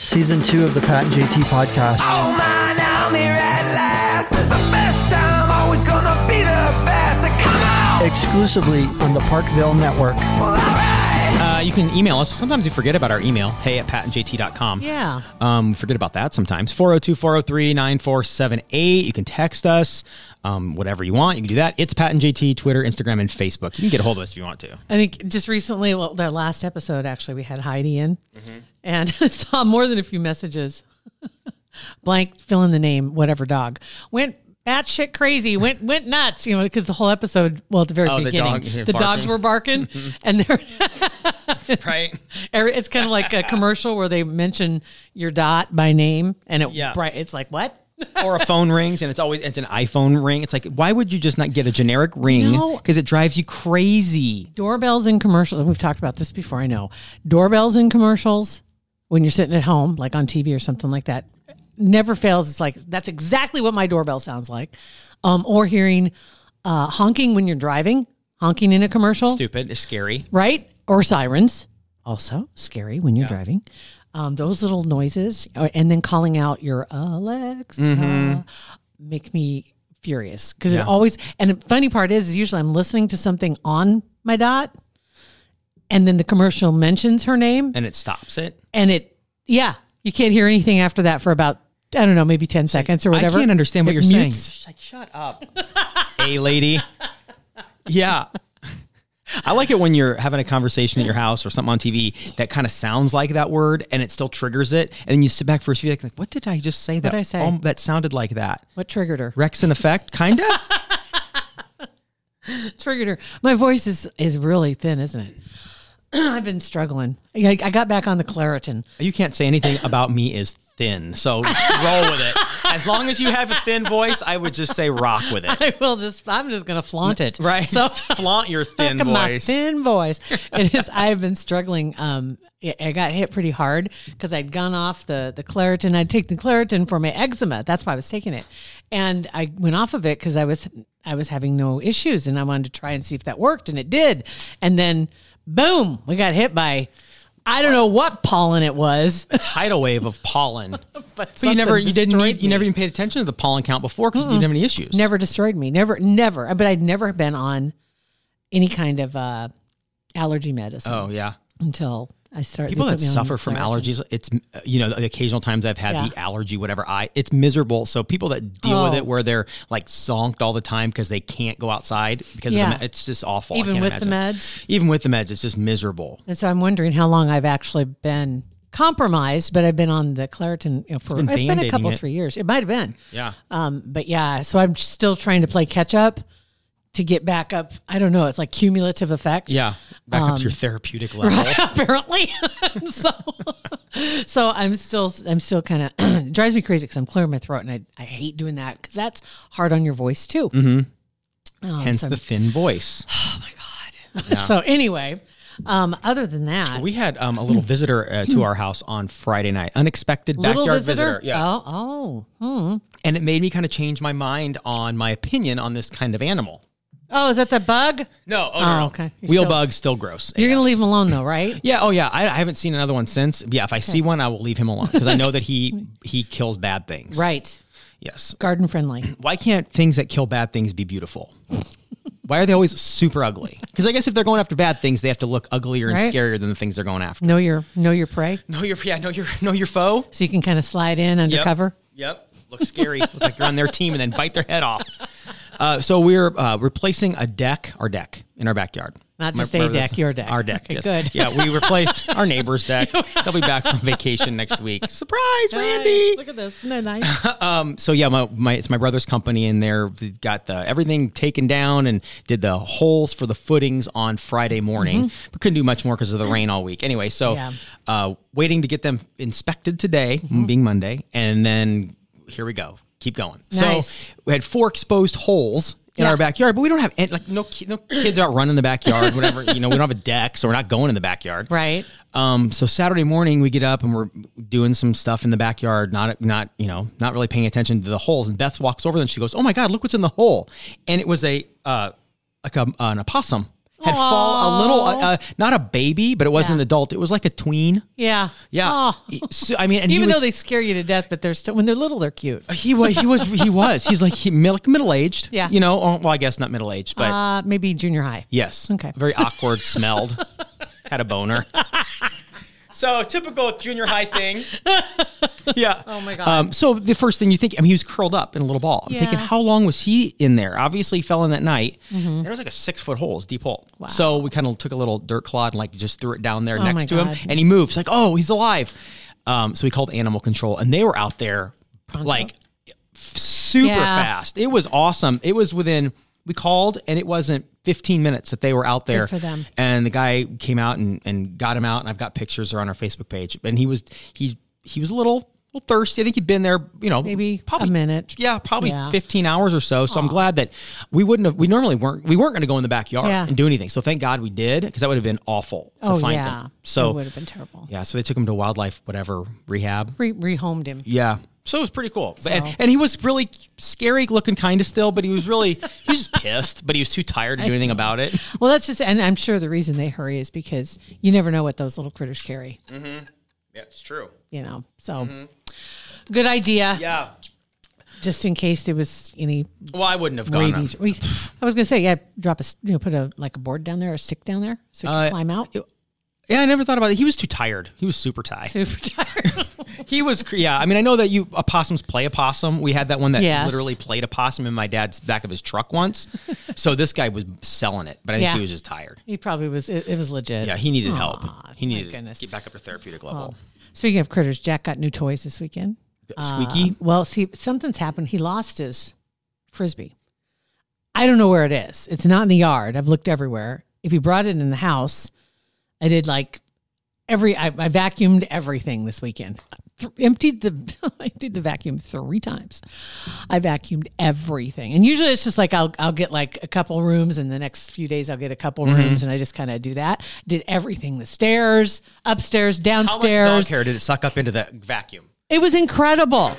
Season two of the Pat and JT podcast. Oh man, I'm here at last. The best time, always gonna be the best. Come on! Exclusively on the Parkville Network. Well, alright! Uh, you can email us. Sometimes you forget about our email, hey at patentjt.com. Yeah. Um, forget about that sometimes. 402 403 9478. You can text us, um, whatever you want. You can do that. It's Pat and JT, Twitter, Instagram, and Facebook. You can get a hold of us if you want to. I think just recently, well, their last episode, actually, we had Heidi in Mm-hmm. and I saw more than a few messages. Blank, fill in the name, whatever dog. Went batshit crazy, went went nuts, you know, because the whole episode, well, at the very Oh, the beginning, dog- the dogs barking. Mm-hmm. were barking and they're. Right. Every, it's kind of like a commercial where they mention your dot by name, and it Yeah. bright, it's like what? or a phone rings and it's always it's an iPhone ring. It's like why would you just not get a generic ring? know- Because it drives you crazy. Doorbells in commercials. We've talked about this before. I know doorbells in commercials when you're sitting at home, like on TV or something like that, never fails. It's like that's exactly what my doorbell sounds like. Um, or hearing uh, honking when you're driving, honking in a commercial, Stupid. It's scary. right? Or sirens, also scary when you're driving. Um, those little noises, uh, and then calling out your Alexa, Mm-hmm. make me furious because it always. And the funny part is, is usually I'm listening to something on my dot, and then the commercial mentions her name, And it stops it. and it, yeah, you can't hear anything after that for about I don't know, maybe ten seconds or whatever. I can't understand what It you're mutes. saying. Like, shut up. hey, lady. Yeah. I like it when you're having a conversation at your house or something on TV that kind of sounds like that word and it still triggers it. And then you sit back for a few seconds, like, what did I just say that? did I say? Um, that sounded like that. What triggered her? Rex in effect, kind of. triggered her. My voice is is really thin, isn't it? I've been struggling. I, I got back on the Claritin. you can't say anything about me is thin. So roll with it. As long as you have a thin voice, I would just say rock with it. I will just. I'm just gonna flaunt it. Right. So flaunt your thin look at my voice. thin voice. It is. I've been struggling. Um, I- I got hit pretty hard because I'd gone off the the Claritin. I'd take the Claritin for my eczema. That's why I was taking it, and I went off of it because I was I was having no issues, and I wanted to try and see if that worked, and it did. And then, boom, we got hit by. I don't know what pollen it was. tidal wave of pollen. But, But you never, something you didn't, destroyed need, you me. never even paid attention to the pollen count before because you didn't have any issues. never destroyed me. Never, never. Uh, But I'd never been on any kind of uh, allergy medicine Oh yeah. until I started. they People put that me on suffer from Claritin. allergies, it's uh, you know the occasional times I've had Yeah. the allergy, whatever. I it's miserable. So people that deal with Oh. it, where they're like zonked all the time because they can't go outside because Yeah. of the, me- it's just awful. I Even can't with the imagine. meds? even with the meds, it's just miserable. And so I'm wondering how long I've actually been compromised, but I've been on the Claritin you know, for been it's been a band-aiding couple it. three years. It might have been. Yeah, Um, but yeah, so I'm still trying to play catch up to get back up. I don't know. It's like cumulative effect. yeah. Back up to Um, your therapeutic level. apparently. so, so I'm still, I'm still kind of drives me crazy because I'm clearing my throat and I, I hate doing that because that's hard on your voice too. Um, Hence so, the thin voice. so anyway, um, other than that, We had um, a little visitor uh, to our house on Friday night, unexpected Hmm. little backyard visitor. Yeah, Oh, oh, hmm. and it made me kind of change my mind on my opinion on this kind of animal. oh, is that the bug? No, oh, no, Oh, no. okay. You're Wheel still- bug's still gross. You're AF. gonna leave him alone though, right? yeah, oh yeah. I, I haven't seen another one since. Yeah, if I see one, I will leave him alone because I know that he he kills bad things. right. Yes. Garden friendly. Why can't things that kill bad things be beautiful? Why are they always super ugly? Because I guess if they're going after bad things, they have to look uglier and Right. scarier than the things they're going after. Know your know your prey, No, your yeah, know your know your foe. so you can kind of slide in undercover. Yep. Looks scary. Looks like you're on their team and then bite their head off. Uh, so we're uh, replacing a deck, our deck in our backyard. Not My- just a remember deck, that's- your deck. Our deck, Okay, yes. good. Yeah, we replaced our neighbor's deck. They'll be back from vacation next week. Surprise, Randy. Nice. Look at this. Isn't that nice? so yeah, my, my it's my brother's company, and they're they got the everything taken down and did the holes for the footings on Friday morning, but couldn't do much more because of the rain all week. Anyway, so Mm-hmm. Yeah. Mm-hmm. uh, waiting to get them inspected today, being Monday, and then here we go. Keep going. Nice. So we had four exposed holes. In Yeah. our backyard, but we don't have any, like no ki- no kids out running in the backyard, whatever. you know, we don't have a deck, so we're not going in the backyard. right. Um, so Saturday morning we get up and we're doing some stuff in the backyard, not not you know not really paying attention to the holes. And Beth walks over and she goes, "Oh my God, look what's in the hole!" And it was a uh, like a, an opossum had fall a little uh, uh, not a baby, but it wasn't an Yeah. adult. It was like a tween. Yeah. Yeah. Aw. So, I mean, and Even he was, though they scare you to death, but they're still when they're little, they're cute. he was he was he was he's like he, middle- like middle aged. Yeah. You know, or, well I guess not middle aged, but Uh, maybe junior high. Yes. Okay. Very awkward, smelled, had a boner. so typical junior high thing. yeah. Oh my God. Um, so the first thing you think, I mean, he was curled up in a little ball. I'm thinking, Yeah. how long was he in there? Obviously, he fell in that night. Mm-hmm. There was like a six foot hole, it was a deep hole. Wow. So we kind of took a little dirt clod and like just threw it down there Oh my next to God. him, and he moved. It's like, oh, he's alive. Um, so we called animal control, and they were out there, like super Yeah. fast. It was awesome. It was within we called and it wasn't 15 minutes that they were out there for them. And the guy came out and, and got him out and I've got pictures are on our Facebook page. And he was he he was a little, little thirsty. I think he'd been there, you know, Maybe probably a minute. Yeah, probably Yeah. 15 hours or so. So I'm glad that we wouldn't have we normally weren't we weren't going to go in the backyard Yeah. and do anything. So thank God we did because that would have been awful to Oh find yeah. them. So it would have been terrible. yeah, so they took him to wildlife whatever rehab. Re- rehomed him. Yeah. So it was pretty cool. But- And, and he was really scary looking kind of still, but he was really, he was just pissed, but he was too tired to do anything about it. Well, that's just, and I'm sure the reason they hurry is because you never know what those little critters carry. Yeah, it's true. You know, so good idea. Mm-hmm. Yeah. Just in case there was any Well, I wouldn't have gone. rabies. We- I was gonna say, yeah, drop a, s- you know, put a like a board down there or a stick down there so you can Uh, climb out. Yeah, I never thought about it. He was too tired. He was super tired. Super tired. He was, cr- yeah. I mean, I know that you opossums play opossum. We had that one that Yes. literally played opossum in my dad's back of his truck once. so this guy was selling it, but I think Yeah. he was just tired. he probably was. It, it was legit. Yeah, he needed help. Aw, He my needed to goodness. get back up to therapeutic level. Speaking of critters, Jack got new toys this weekend. Squeaky. Um, well, see, something's happened. He lost his frisbee. I don't know where it is. It's not in the yard. I've looked everywhere. If he brought it in the house, I did like every. I, I vacuumed everything this weekend. Th- emptied the emptied the vacuum three times. I vacuumed everything, and usually it's just like I'll I'll get like a couple rooms, and the next few days I'll get a couple Mm-hmm. rooms, and I just kind of do that. Did everything: the stairs, upstairs, How much downstairs. dog hair did it suck up into the vacuum? It was incredible.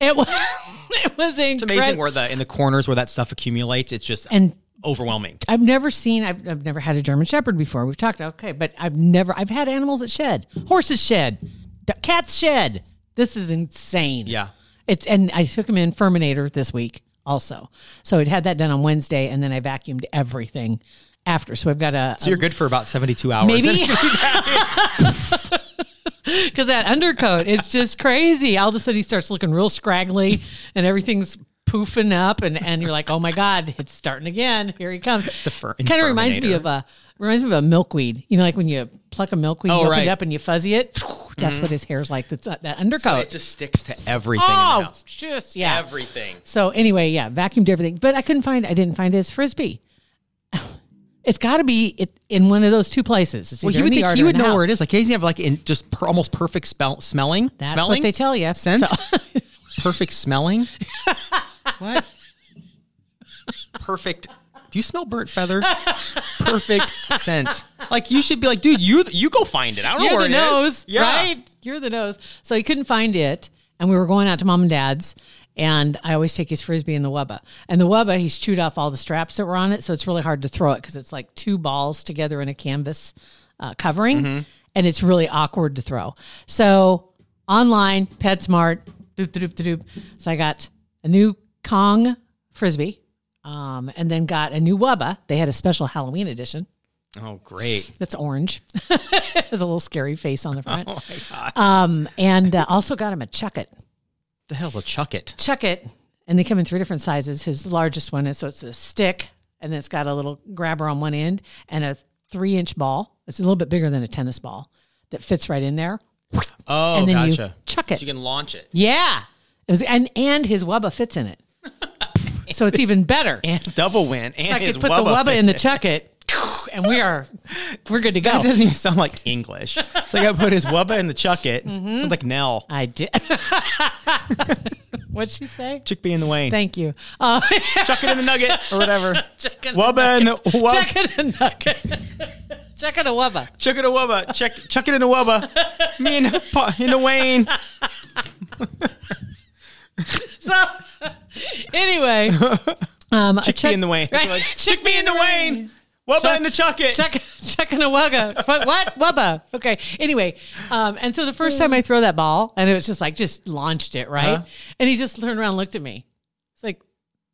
It was it was It's amazing incredible. where the in the corners where that stuff accumulates. It's just And overwhelming. I've never seen I've, I've never had a German Shepherd before. We've talked okay, but I've never I've had animals that shed, horses shed, d- cats shed. This is insane. Yeah. It's and I took him in Ferminator this week also. So I'd had that done on Wednesday, and then I vacuumed everything after. So I've got a, So you're good for about seventy two hours. Maybe. because that undercoat, it's just crazy. All of a sudden, he starts looking real scraggly, and everything's poofing up, and and you're like, oh my god, it's starting again. Here he comes. The fir- kind of reminds me Inferninator. of a reminds me of a milkweed. You know, like when you pluck a milkweed, Oh, you open right. Mm-hmm. it up and you fuzzy it. That's what his hair's like. That's that undercoat. So it just sticks to everything. in the oh, house. just yeah. everything. So anyway, yeah, vacuumed everything, but I couldn't find. I didn't find his frisbee. It's got to be it, in one of those two places. It's Well, he either in would the think yard he or would in the know where house. it is. Like, doesn't he have like in just per, almost perfect spell smelling? That's smelling? what they tell you. Scent? So- perfect smelling. what? Perfect. Do you smell burnt feather? Perfect scent. Like you should be like, dude, you you go find it. I don't know You're where the it is. nose, Yeah. right? You're the nose. So he couldn't find it, and we were going out to mom and dad's, and I always take his frisbee in the wubba. And the wubba, he's chewed off all the straps that were on it, so it's really hard to throw it because it's like two balls together in a canvas uh, covering, and it's really awkward to throw. So online, PetSmart, doop doop doop doop. doop. So I got a new Kong frisbee. Um, and then got a new Wubba. They had a special Halloween edition Oh, great. that's orange. it has a little scary face on the front. Um, and uh, also got him a chucket. The hell's a chucket? Chucket, and they come in three different sizes. His largest one is so it's a stick, and it's got a little grabber on one end and a three inch ball. It's a little bit bigger than a tennis ball that fits right in there. Oh, and then gotcha. you chuck it. So you can launch it. yeah. It was, and, and his wubba fits in it. so it's even better. And double win. And So I his could put the wubba fits in the chuck it. And we are, we're good to That go. doesn't even sound like English. It's like I put his wubba in the chuck it. Mm-hmm. Sounds like Nell. I did. What'd she say? Chickpea in the Wayne. Thank you. Uh, chuck it in the nugget or whatever. Chuck it in Wubba in the Check wubba. it a nugget. Check it a wubba. Chuck it in a wubba. Check, chuck it in a wubba. Me in the, pa- in the Wayne. So anyway, um, Chickpea in the Wayne. Right? Chickpea in the Wayne. Wubba in the chuck it. Chuck, chuck and a wugga. What, what? Wubba. Okay. Anyway, um, and so the first time I throw that ball, and it was just like, just launched it, right? Uh-huh. And he just turned around and looked at me. It's like,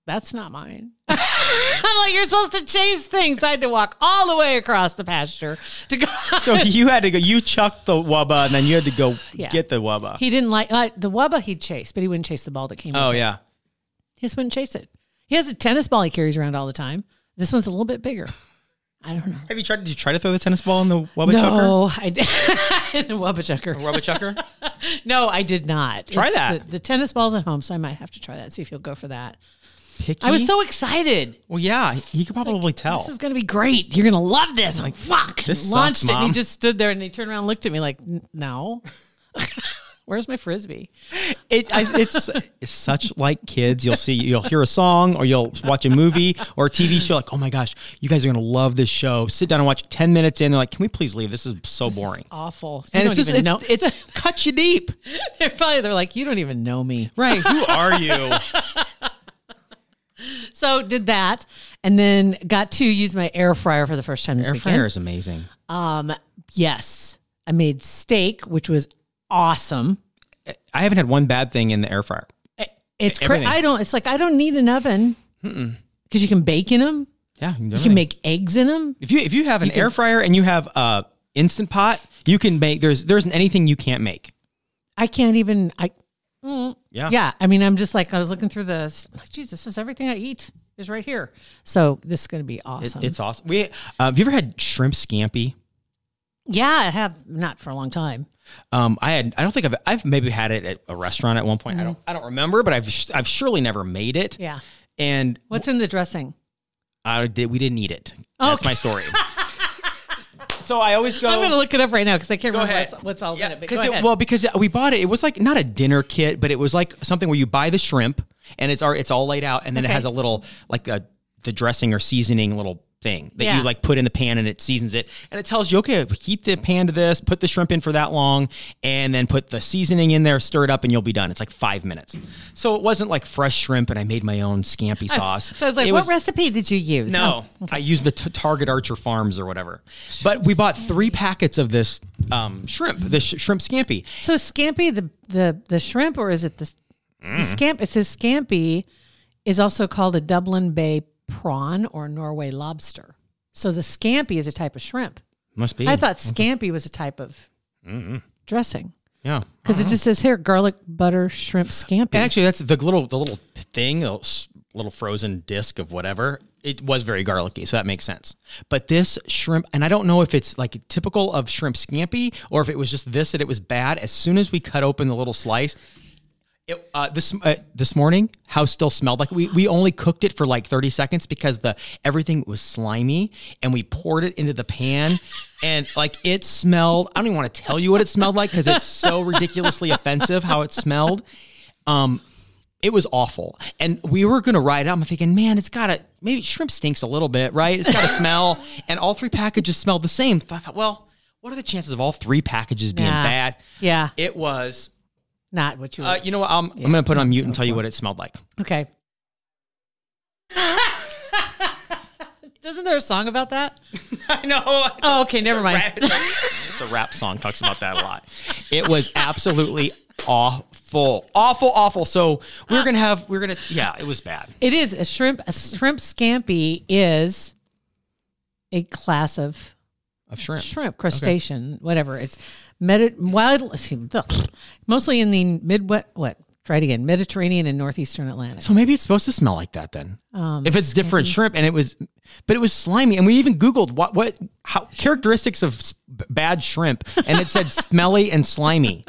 that's not mine. I'm like, you're supposed to chase things. I had to walk all the way across the pasture to go. So you had to go, you chucked the wubba and then you had to go Yeah. get the wubba. he didn't like uh, the wubba he'd chase, but he wouldn't chase the ball that came oh, with it. yeah. He just wouldn't chase it. He has a tennis ball he carries around all the time. This one's a little bit bigger. I don't know. Have you tried? Did you try to throw the tennis ball in the wubba chucker? no, I did. Wubba chucker. Wubba chucker? No, I did not. Try It's that. The, the tennis ball's at home, so I might have to try that. See if he'll go for that. Picky? I was so excited. Well, yeah. He could probably tell. This is going to be great. You're going to love this. I'm like, fuck. Oh. this Launched sucks, it. And Mom. he just stood there and he turned around and looked at me like, "N- no. Where's my frisbee? It, I, it's, it's such like kids. You'll see, you'll hear a song or you'll watch a movie or a TV show. Like, oh my gosh, you guys are going to love this show. Sit down and watch 10 minutes in. They're like, can we please leave? This is so boring. Awful. You And don't it's just, even it's, know. it's cut you deep. they're probably they're like, you don't even know me. Right. Who are you? So did that, and then got to use my air fryer for the first time this Air weekend. fryer is amazing. Um, yes, I made steak, which was awesome. I haven't had one bad thing in the air fryer. I- It's cra- Everything. I don't. It's like I don't need an oven because you can bake in them. Yeah. You can, do You can everything. make eggs in them. If you if you have an air fryer and you have a instant pot, you can make. There's there isn't anything you can't make. I can't even. I mm, Yeah. yeah. I mean, I'm just like I was looking through this. Like, Jeez, this is everything I eat is right here. So this is going to be It- awesome. It's awesome. We uh, have you ever had shrimp scampi? yeah, I have not for a long time. Um, I had I don't think I've I've maybe had it at a restaurant at one point. I don't I don't remember, but I've sh- I've surely never made it. Mm-hmm. Yeah. And What's in the dressing? I did we didn't eat it. That's Okay. my story. so I always go. I'm going to look it up right now because I can't remember ahead. what's, what's all in it. But go because ahead. well, because we bought it. It was like not a dinner kit, but it was like something where you buy the shrimp and it's our it's all laid out, and then Okay. it has a little like a the dressing or seasoning little thing that Yeah. you like put in the pan and it seasons it, and it tells you okay, heat the pan to this, put the shrimp in for that long, and then put the seasoning in there, stir it up, and you'll be done. It's like five minutes. So it wasn't like fresh shrimp, and I made my own scampi sauce. So I was like, It what was- recipe did you use? no, I use the t- Target Archer Farms or whatever. But we bought three packets of this um, shrimp, this sh- shrimp scampi. So scampi, the the the shrimp, or is it the, the Mm. scamp? It says scampi is also called a Dublin Bay prawn or Norway lobster. So the scampi is a type of shrimp. Must be. I thought scampi was a type of dressing yeah. because it just says here garlic butter shrimp scampi. And Mm-hmm. actually, that's the little the little thing, the little, s- little frozen disc of whatever. It was very garlicky, so that makes sense. But this shrimp, and I don't know if it's like typical of shrimp scampi or if it was just this that it was bad. As soon as we cut open the little slice. It, uh, this uh, this morning, house still smelled like we, we only cooked it for like thirty seconds because the everything was slimy, and we poured it into the pan, and like it smelled. I don't even want to tell you what it smelled like because it's so ridiculously offensive how it smelled Um, it was awful. And we were going to ride it. I'm thinking, man, it's got to, maybe shrimp stinks a little bit, right? It's got to smell. And all three packages smelled the same. So I thought, well, what are the chances of all three packages being Nah. bad? yeah, It was, not what you. uh, would- you know what? I'm, I'm going to put it on mute and tell you what it smelled like. okay. Isn't there a song about that? I know. Oh, okay, never mind. it's a rap song, talks about that a lot. It was absolutely awful. Awful, awful. So we we're going to have, we we're going to, yeah, it was bad. It is a shrimp. A shrimp scampi is a class of Of shrimp. shrimp, crustacean, whatever. It's medi- wild, let's see, mostly in the Midwest, what Try it again. Mediterranean and northeastern Atlantic. So maybe it's supposed to smell like that then. if Um, it's different shrimp and it was, but it was slimy. And we even Googled what, what, how characteristics of s- b- bad shrimp and it said smelly and slimy.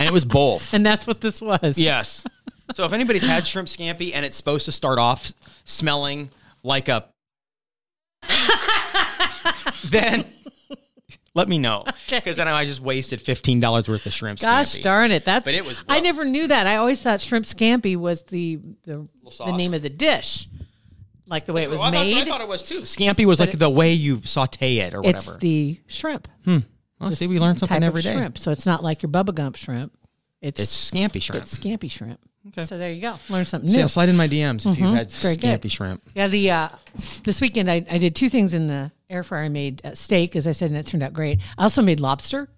And it was both. and that's what this was. yes. So if anybody's had shrimp scampi and it's supposed to start off smelling like a, then let me know. Because then I just wasted $15 worth of shrimp Gosh scampi. darn it! That's But it was I rough. never knew that. I always thought shrimp scampi was the the, the sauce. name of the dish, like the way it was Well, Oh, I thought- made. I thought it was too. Scampi was like the way you saute it or it's whatever. the shrimp. Well, see, we learn type something of every day. Shrimp. So it's not like your Bubba Gump shrimp. It's it's, It's scampi shrimp. scampi shrimp. So there you go. Learn something See, new. Mm-hmm. I'll slide in my DMs if you've had Very scampi good. shrimp. Yeah, the uh, this weekend I, I did two things in the air fryer. I made uh, steak, as I said, and it turned out great. I also made lobster,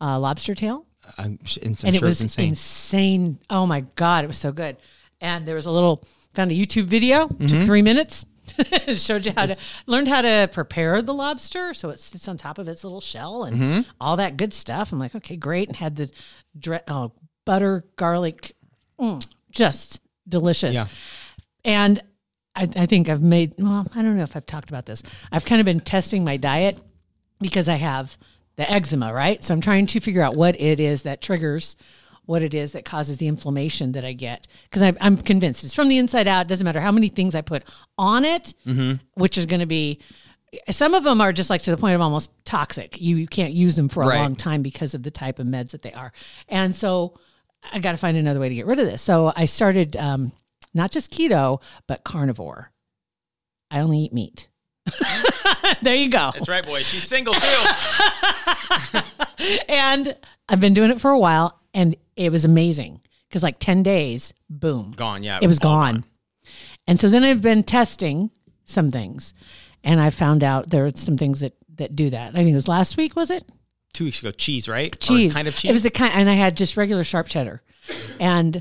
uh, lobster tail, I'm, sh- and I'm and it sure was it's insane. insane. Oh my god, it was so good. And there was a little found a YouTube video. Mm-hmm. Took three minutes. It showed you how to learned how to prepare the lobster, so it sits on top of its little shell and Mm-hmm. all that good stuff. I'm like, okay, great, and had the dre- oh, butter garlic, mm, just delicious. Yeah. And I, I think I've made, well, I don't know if I've talked about this. I've kind of been testing my diet because I have the eczema, right? So I'm trying to figure out what it is that triggers, what it is that causes the inflammation that I get. Because I'm convinced it's from the inside out. Doesn't matter how many things I put on it, which is going to be. Some of them are just like to the point of almost toxic. You you can't use them for a Right. long time because of the type of meds that they are. And so I got to find another way to get rid of this. So I started um, not just keto, but carnivore. I only eat meat. there you go. That's right, boys. She's single too. And I've been doing it for a while and it was amazing because, like, 10 days, boom. Gone, yeah. It was all gone. And so then I've been testing some things and I found out there are some things that, that do that. I think it was last week, was it? Two weeks ago, cheese, right? Or cheese. Oh, kind of cheese. It was the kind, and I had just regular sharp cheddar, and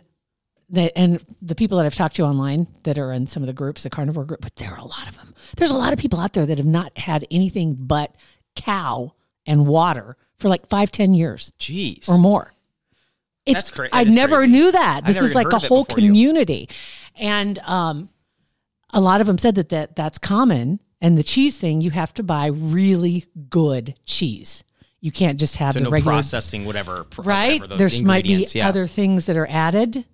the and the people that I've talked to online that are in some of the groups, the carnivore group, but there are a lot of them. There's a lot of people out there that have not had anything but cow and water for like five, ten years cheese. or more. It's, That's cra- that I is never crazy. knew that. I've This never is even like heard a of it whole before you. community, and um, a lot of them said that, that that's common. And the cheese thing, you have to buy really good cheese. You can't just have so the no regular processing, whatever. pr- right? whatever the There's might be ingredients, yeah. other things that are added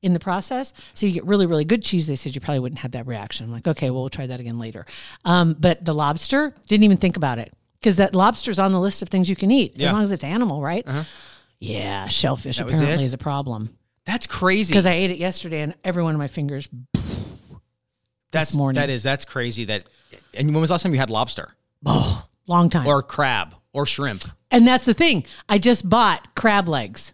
in the process. So you get really, really good cheese. They said you probably wouldn't have that reaction. I'm like, okay, well, we'll try that again later. Um, but the lobster, didn't even think about it because that lobster's on the list of things you can eat Yeah. Uh-huh. as long as it's animal, right? Yeah, shellfish was apparently it? is a problem That's crazy. because I ate it yesterday and every one of my fingers. that's morning. That is. That's crazy. That. And when was the last time you had lobster Oh, long time. or crab or shrimp? and that's the thing. I just bought crab legs.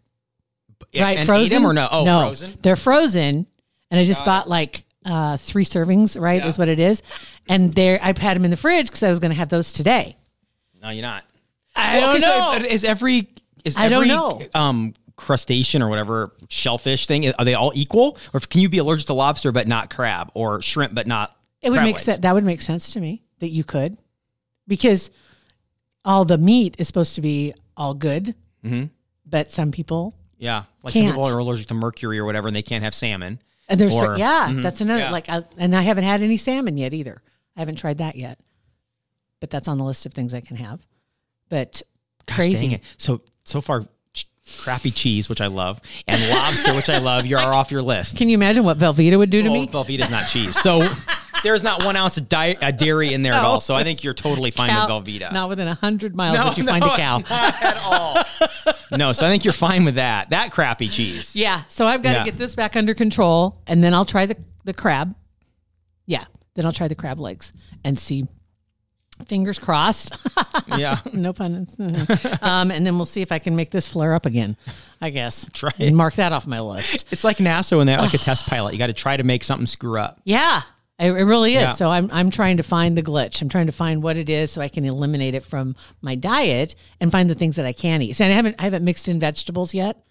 right? and frozen Eat them or no? Oh, no, frozen. They're frozen, and I just bought like uh, three servings. Right, is what it is, and there I've had them in the fridge because I was going to have those today. No, you're not. I Well, don't 'cause know. I- is every is I every don't know. um crustacean or whatever shellfish thing are they all equal or can you be allergic to lobster but not crab or shrimp but not it would crab make legs? sense. That would make sense to me that you could, because all the meat is supposed to be all good, Mm-hmm. but some people Yeah, like some Can't. people are allergic to mercury or whatever, and they can't have salmon. and there's Or- mm-hmm. yeah, that's another yeah. like, I, and I haven't had any salmon yet either. I haven't tried that yet, but that's on the list of things I can have. But Gosh, crazy. dang it. So so far, ch- crappy cheese, which I love, and lobster, which I love, you're off your list. Can you imagine what Velveeta would do to Well, me? Velveeta's not cheese, so there's not one ounce of di- uh, dairy in there at all. So I think you're totally fine cow- with Velveeta. Not within a hundred miles No, would you no, find a it's cow. not at all. no, so I think you're fine with that. That crappy cheese. Yeah. So I've got Yeah. to get this back under control, and then I'll try the the crab. Yeah. Then I'll try the crab legs and see. Fingers crossed. Yeah, no pun. intended. um, and then we'll see if I can make this flare up again. I guess. right. And mark that off my list. it's like NASA when they're like a test pilot. You got to try to make something screw up. Yeah. It it really is. Yeah. So I'm I'm trying to find the glitch. I'm trying to find what it is so I can eliminate it from my diet and find the things that I can eat. So I haven't I haven't mixed in vegetables yet,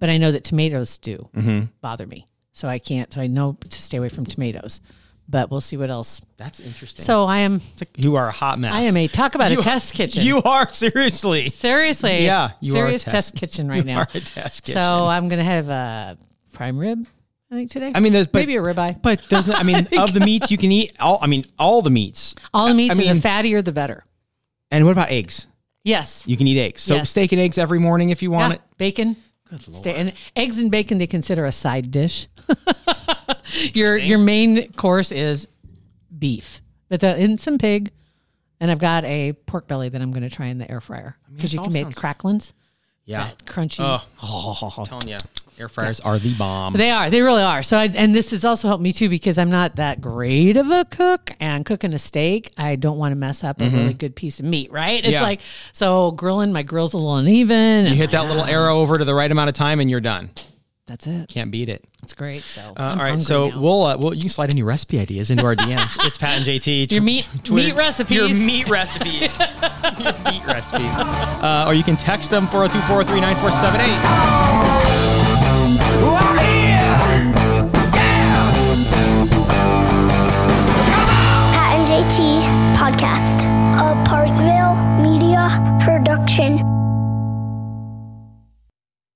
but Mm-hmm. I know that tomatoes do bother me. So I can't. So I know to stay away from tomatoes. but we'll see what else. That's interesting. So I am It's like you are a hot mess. I am a talk about You- a test kitchen. You are seriously. seriously, Yeah, you are a serious test- test, kitchen right you now. are a test kitchen. So I'm gonna have a prime rib. I think today. I mean, there's but, maybe a ribeye. But there's no, I mean, of the meats you can eat, all I mean, all the meats. all the meats, I mean, and the fattier the better. And what about eggs? Yes. You can eat eggs. So Yes. steak and eggs every morning if you want Yeah, bacon. Good lord. and eggs and bacon they consider a side dish. your your main course is beef, but the and some pig, and I've got a pork belly that I'm going to try in the air fryer because it you all can make sounds- cracklins. it. Yeah. That crunchy. Oh, I'm telling you, air fryers are the bomb. They are. They really are. So, I, and this has also helped me too because I'm not that great of a cook. And cooking a steak, I don't want to mess up a really good piece of meat, right? It's Mm-hmm. Yeah. like so grilling. My grill's a little uneven. you and hit that little arrow over to the right amount of time and you're done. That's it. Can't beat it. It's great. So, Uh, all right, so we'll, uh, we'll you can slide any recipe ideas into our DMs. it's Pat and JT. tw- Your meat- meat Your recipes. meat recipes. oh your meat recipes. Uh, or you can text them 402 403 9478. All